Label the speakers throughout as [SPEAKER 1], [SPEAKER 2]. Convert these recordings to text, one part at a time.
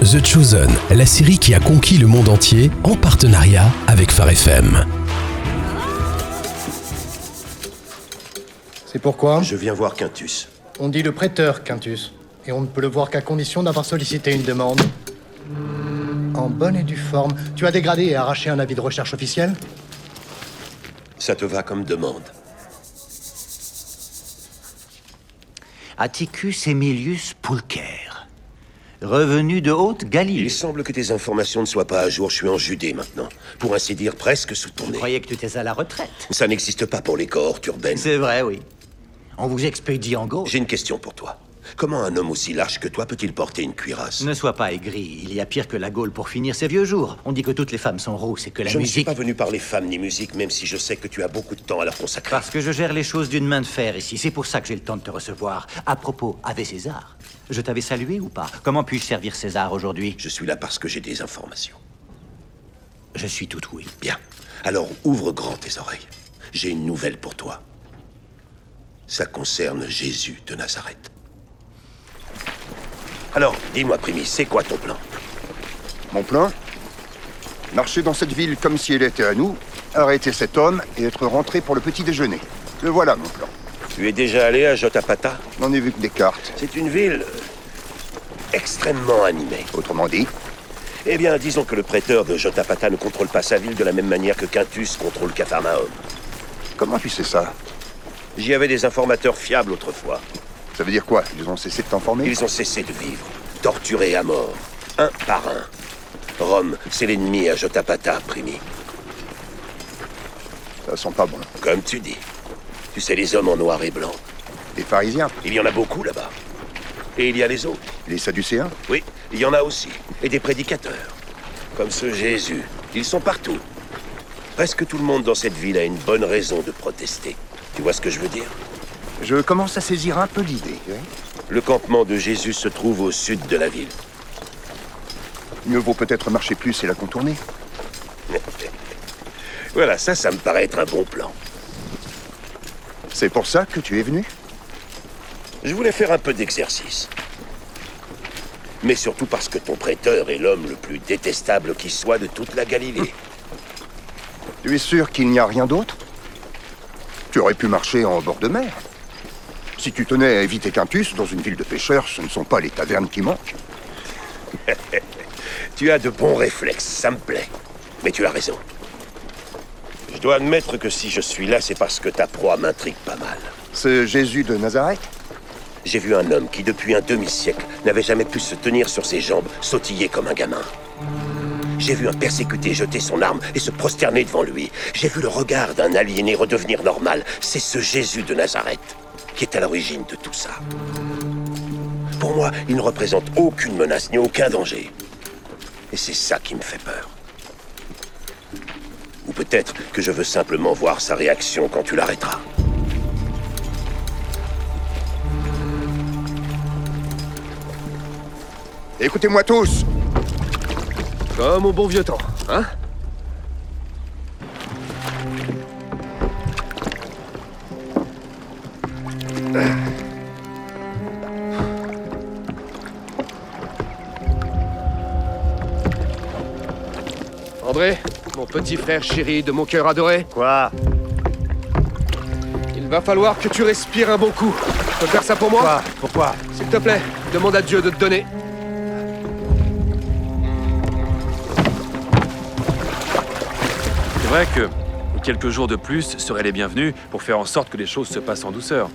[SPEAKER 1] The Chosen, la série qui a conquis le monde entier en partenariat avec Phare FM.
[SPEAKER 2] C'est pourquoi
[SPEAKER 3] Je viens voir Quintus.
[SPEAKER 2] on dit le prêteur, Quintus. Et on ne peut le voir qu'à condition d'avoir sollicité une demande. En bonne et due forme. Tu as dégradé et arraché un avis de recherche officiel
[SPEAKER 3] Ça te va comme demande.
[SPEAKER 4] Atticus Emilius Pulcher, revenu de Haute-Galilée.
[SPEAKER 3] Il semble que tes informations ne soient pas à jour. Je suis en Judée maintenant. Pour ainsi dire, presque sous ton
[SPEAKER 4] Je
[SPEAKER 3] nez.
[SPEAKER 4] croyais que tu étais à la retraite.
[SPEAKER 3] Ça n'existe pas pour les cohortes urbaines.
[SPEAKER 4] C'est vrai, oui. On vous expédie en Gaule.
[SPEAKER 3] J'ai une question pour toi. Comment un homme aussi large que toi peut-il porter une cuirasse
[SPEAKER 4] Ne sois pas aigri, il y a pire que la Gaule pour finir ses vieux jours. On dit que toutes les femmes sont rousses et que la
[SPEAKER 3] Je ne suis
[SPEAKER 4] musique...
[SPEAKER 3] pas venu parler femmes ni musique, même si je sais que tu as beaucoup de temps à leur consacrer.
[SPEAKER 4] Parce que je gère les choses d'une main de fer ici, c'est pour ça que j'ai le temps de te recevoir. À propos, Ave César, je t'avais salué ou pas Comment puis-je servir César aujourd'hui
[SPEAKER 3] Je suis là parce que j'ai des informations.
[SPEAKER 4] Je suis tout oui.
[SPEAKER 3] Bien. Alors ouvre grand tes oreilles. J'ai une nouvelle pour toi. Ça concerne Jésus de Nazareth. Alors, dis-moi, Primus, c'est quoi ton plan
[SPEAKER 5] Mon plan Marcher dans cette ville comme si elle était à nous, arrêter cet homme et être rentré pour le petit déjeuner. Le voilà, mon plan.
[SPEAKER 3] Tu es déjà allé à Jotapata
[SPEAKER 5] N'en ai vu que des cartes.
[SPEAKER 3] C'est une ville euh, extrêmement animée.
[SPEAKER 5] Autrement dit,
[SPEAKER 3] Eh bien, disons que le prêteur de Jotapata ne contrôle pas sa ville de la même manière que Quintus contrôle Capharnaüm.
[SPEAKER 5] comment tu sais ça
[SPEAKER 3] J'y avais des informateurs fiables autrefois.
[SPEAKER 5] Ça veut dire quoi Ils ont cessé de t'informer
[SPEAKER 3] Ils ont cessé de vivre, torturés à mort, un par un. Rome, c'est l'ennemi à Jotapata, Primi.
[SPEAKER 5] Ça sent pas bon.
[SPEAKER 3] Comme tu dis. Tu sais, les hommes en noir et blanc,
[SPEAKER 5] Les pharisiens,
[SPEAKER 3] il y en a beaucoup là-bas. Et il y a les autres.
[SPEAKER 5] les sadducéens,
[SPEAKER 3] Oui, il y en a aussi. Et des prédicateurs. Comme ce Jésus. Ils sont partout. Presque tout le monde dans cette ville a une bonne raison de protester. Tu vois ce que je veux dire
[SPEAKER 5] je commence à saisir un peu l'idée. hein.
[SPEAKER 3] Le campement de Jésus se trouve au sud de la ville.
[SPEAKER 5] Mieux vaut peut-être marcher plus et la contourner.
[SPEAKER 3] Voilà, ça, ça me paraît être un bon plan.
[SPEAKER 5] C'est pour ça que tu es venu
[SPEAKER 3] Je voulais faire un peu d'exercice. Mais surtout parce que ton prêteur est l'homme le plus détestable qui soit de toute la Galilée.
[SPEAKER 5] Tu es sûr qu'il n'y a rien d'autre Tu aurais pu marcher en bord de mer. Si tu tenais à éviter Quintus, dans une ville de pêcheurs, ce ne sont pas les tavernes qui manquent.
[SPEAKER 3] Tu as de bons réflexes, ça me plaît. Mais tu as raison. Je dois admettre que si je suis là, c'est parce que ta proie m'intrigue pas mal.
[SPEAKER 5] Ce Jésus de Nazareth
[SPEAKER 3] J'ai vu un homme qui, depuis un demi-siècle, n'avait jamais pu se tenir sur ses jambes, sautiller comme un gamin. J'ai vu un persécuté jeter son arme et se prosterner devant lui. J'ai vu le regard d'un aliéné redevenir normal. C'est ce Jésus de Nazareth qui est à l'origine de tout ça. Pour moi, il ne représente aucune menace ni aucun danger. Et c'est ça qui me fait peur. Ou peut-être que je veux simplement voir sa réaction quand tu l'arrêteras.
[SPEAKER 5] Écoutez-moi tous
[SPEAKER 3] Comme au bon vieux temps, hein
[SPEAKER 6] André, mon petit frère chéri de mon cœur adoré,
[SPEAKER 4] Quoi
[SPEAKER 6] il va falloir que tu respires un bon coup. Tu peux faire ça pour moi
[SPEAKER 4] Pourquoi
[SPEAKER 6] S'il te plaît, demande à Dieu de te donner.
[SPEAKER 7] C'est vrai que quelques jours de plus seraient les bienvenus pour faire en sorte que les choses se passent en douceur.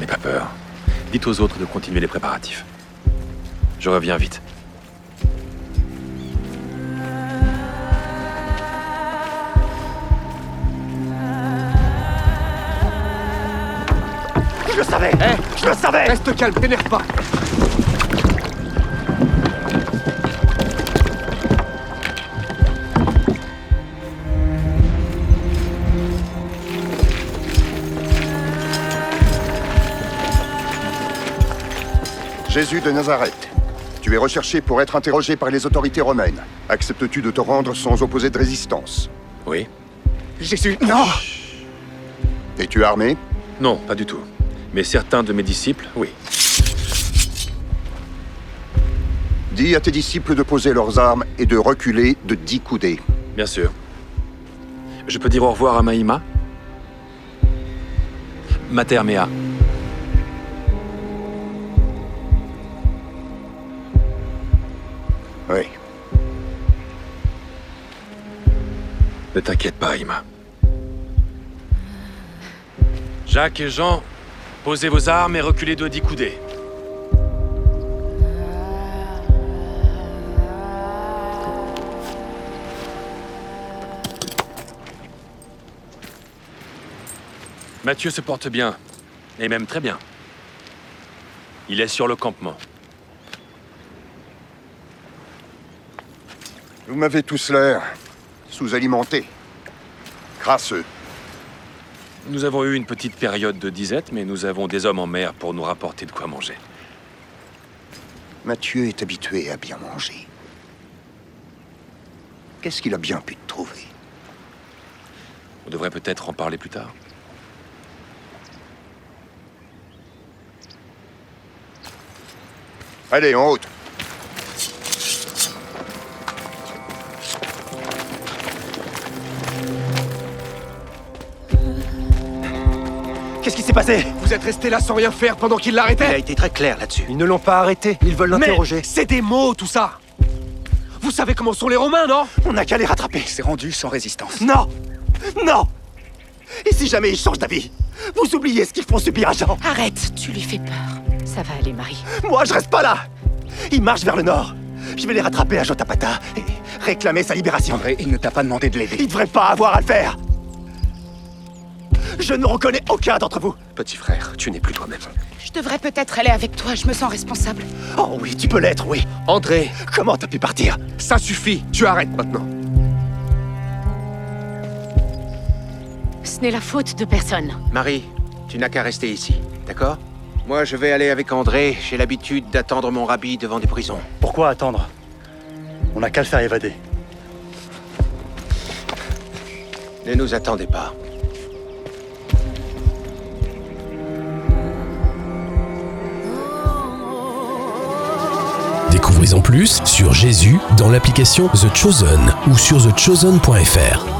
[SPEAKER 7] N'aie pas peur. Dites aux autres de continuer les préparatifs. Je reviens vite.
[SPEAKER 3] Je le savais Je le savais
[SPEAKER 6] Reste calme, t'énerve pas.
[SPEAKER 5] Jésus de Nazareth, tu es recherché pour être interrogé par les autorités romaines. Acceptes-tu de te rendre sans opposer de résistance
[SPEAKER 7] Oui
[SPEAKER 6] Jésus,
[SPEAKER 5] Non Es-tu armé
[SPEAKER 7] Non, pas du tout. Mais certains de mes disciples, oui.
[SPEAKER 5] Dis à tes disciples de poser leurs armes et de reculer de dix coudées.
[SPEAKER 7] Bien sûr. Je peux dire au revoir à Maïma Mater Mea.
[SPEAKER 5] Oui.
[SPEAKER 7] Ne t'inquiète pas, Ima. Jacques et Jean, posez vos armes et reculez de dix coudées. Mathieu se porte bien, et même très bien. Il est sur le campement.
[SPEAKER 5] Vous m'avez tous l'air sous-alimenté, crasseux.
[SPEAKER 7] Nous avons eu une petite période de disette, mais nous avons des hommes en mer pour nous rapporter de quoi manger.
[SPEAKER 5] Mathieu est habitué à bien manger. Qu'est-ce qu'il a bien pu te trouver
[SPEAKER 7] On devrait peut-être en parler plus tard.
[SPEAKER 5] Allez, en haute.
[SPEAKER 3] Qu'est-ce qui s'est passé
[SPEAKER 6] Vous êtes resté là sans rien faire pendant qu'il l'arrêtait
[SPEAKER 3] Il a été très clair là-dessus.
[SPEAKER 4] Ils ne l'ont pas arrêté, ils veulent
[SPEAKER 6] Mais
[SPEAKER 4] l'interroger.
[SPEAKER 6] c'est des mots, tout ça Vous savez comment sont les Romains, non
[SPEAKER 3] On n'a qu'à les rattraper. C'est rendu sans résistance. Non Non Et si jamais ils changent d'avis Vous oubliez ce qu'ils font subir à Jean
[SPEAKER 8] Arrête, tu lui fais peur. Ça va aller, Marie.
[SPEAKER 3] Moi, je reste pas là Ils marchent vers le nord. Je vais les rattraper à Jotapata et réclamer sa libération. En vrai, il ne t'a pas demandé de l'aider. Il devrait pas avoir à le faire Je ne reconnais aucun d'entre vous
[SPEAKER 9] Petit frère, tu n'es plus toi-même.
[SPEAKER 8] Je devrais peut-être aller avec toi, je me sens responsable.
[SPEAKER 3] Oh oui, tu peux l'être, oui
[SPEAKER 6] André,
[SPEAKER 3] Comment t'as pu partir
[SPEAKER 6] ça suffit, tu arrêtes maintenant.
[SPEAKER 8] Ce n'est la faute de personne.
[SPEAKER 10] Marie, tu n'as qu'à rester ici, d'accord Moi, je vais aller avec André. J'ai l'habitude d'attendre mon rabbi devant des prisons.
[SPEAKER 4] Pourquoi attendre On n'a qu'à le faire évader.
[SPEAKER 10] Ne nous attendez pas.
[SPEAKER 1] Découvrez en plus sur Jésus dans l'application The Chosen ou sur thechosen.fr.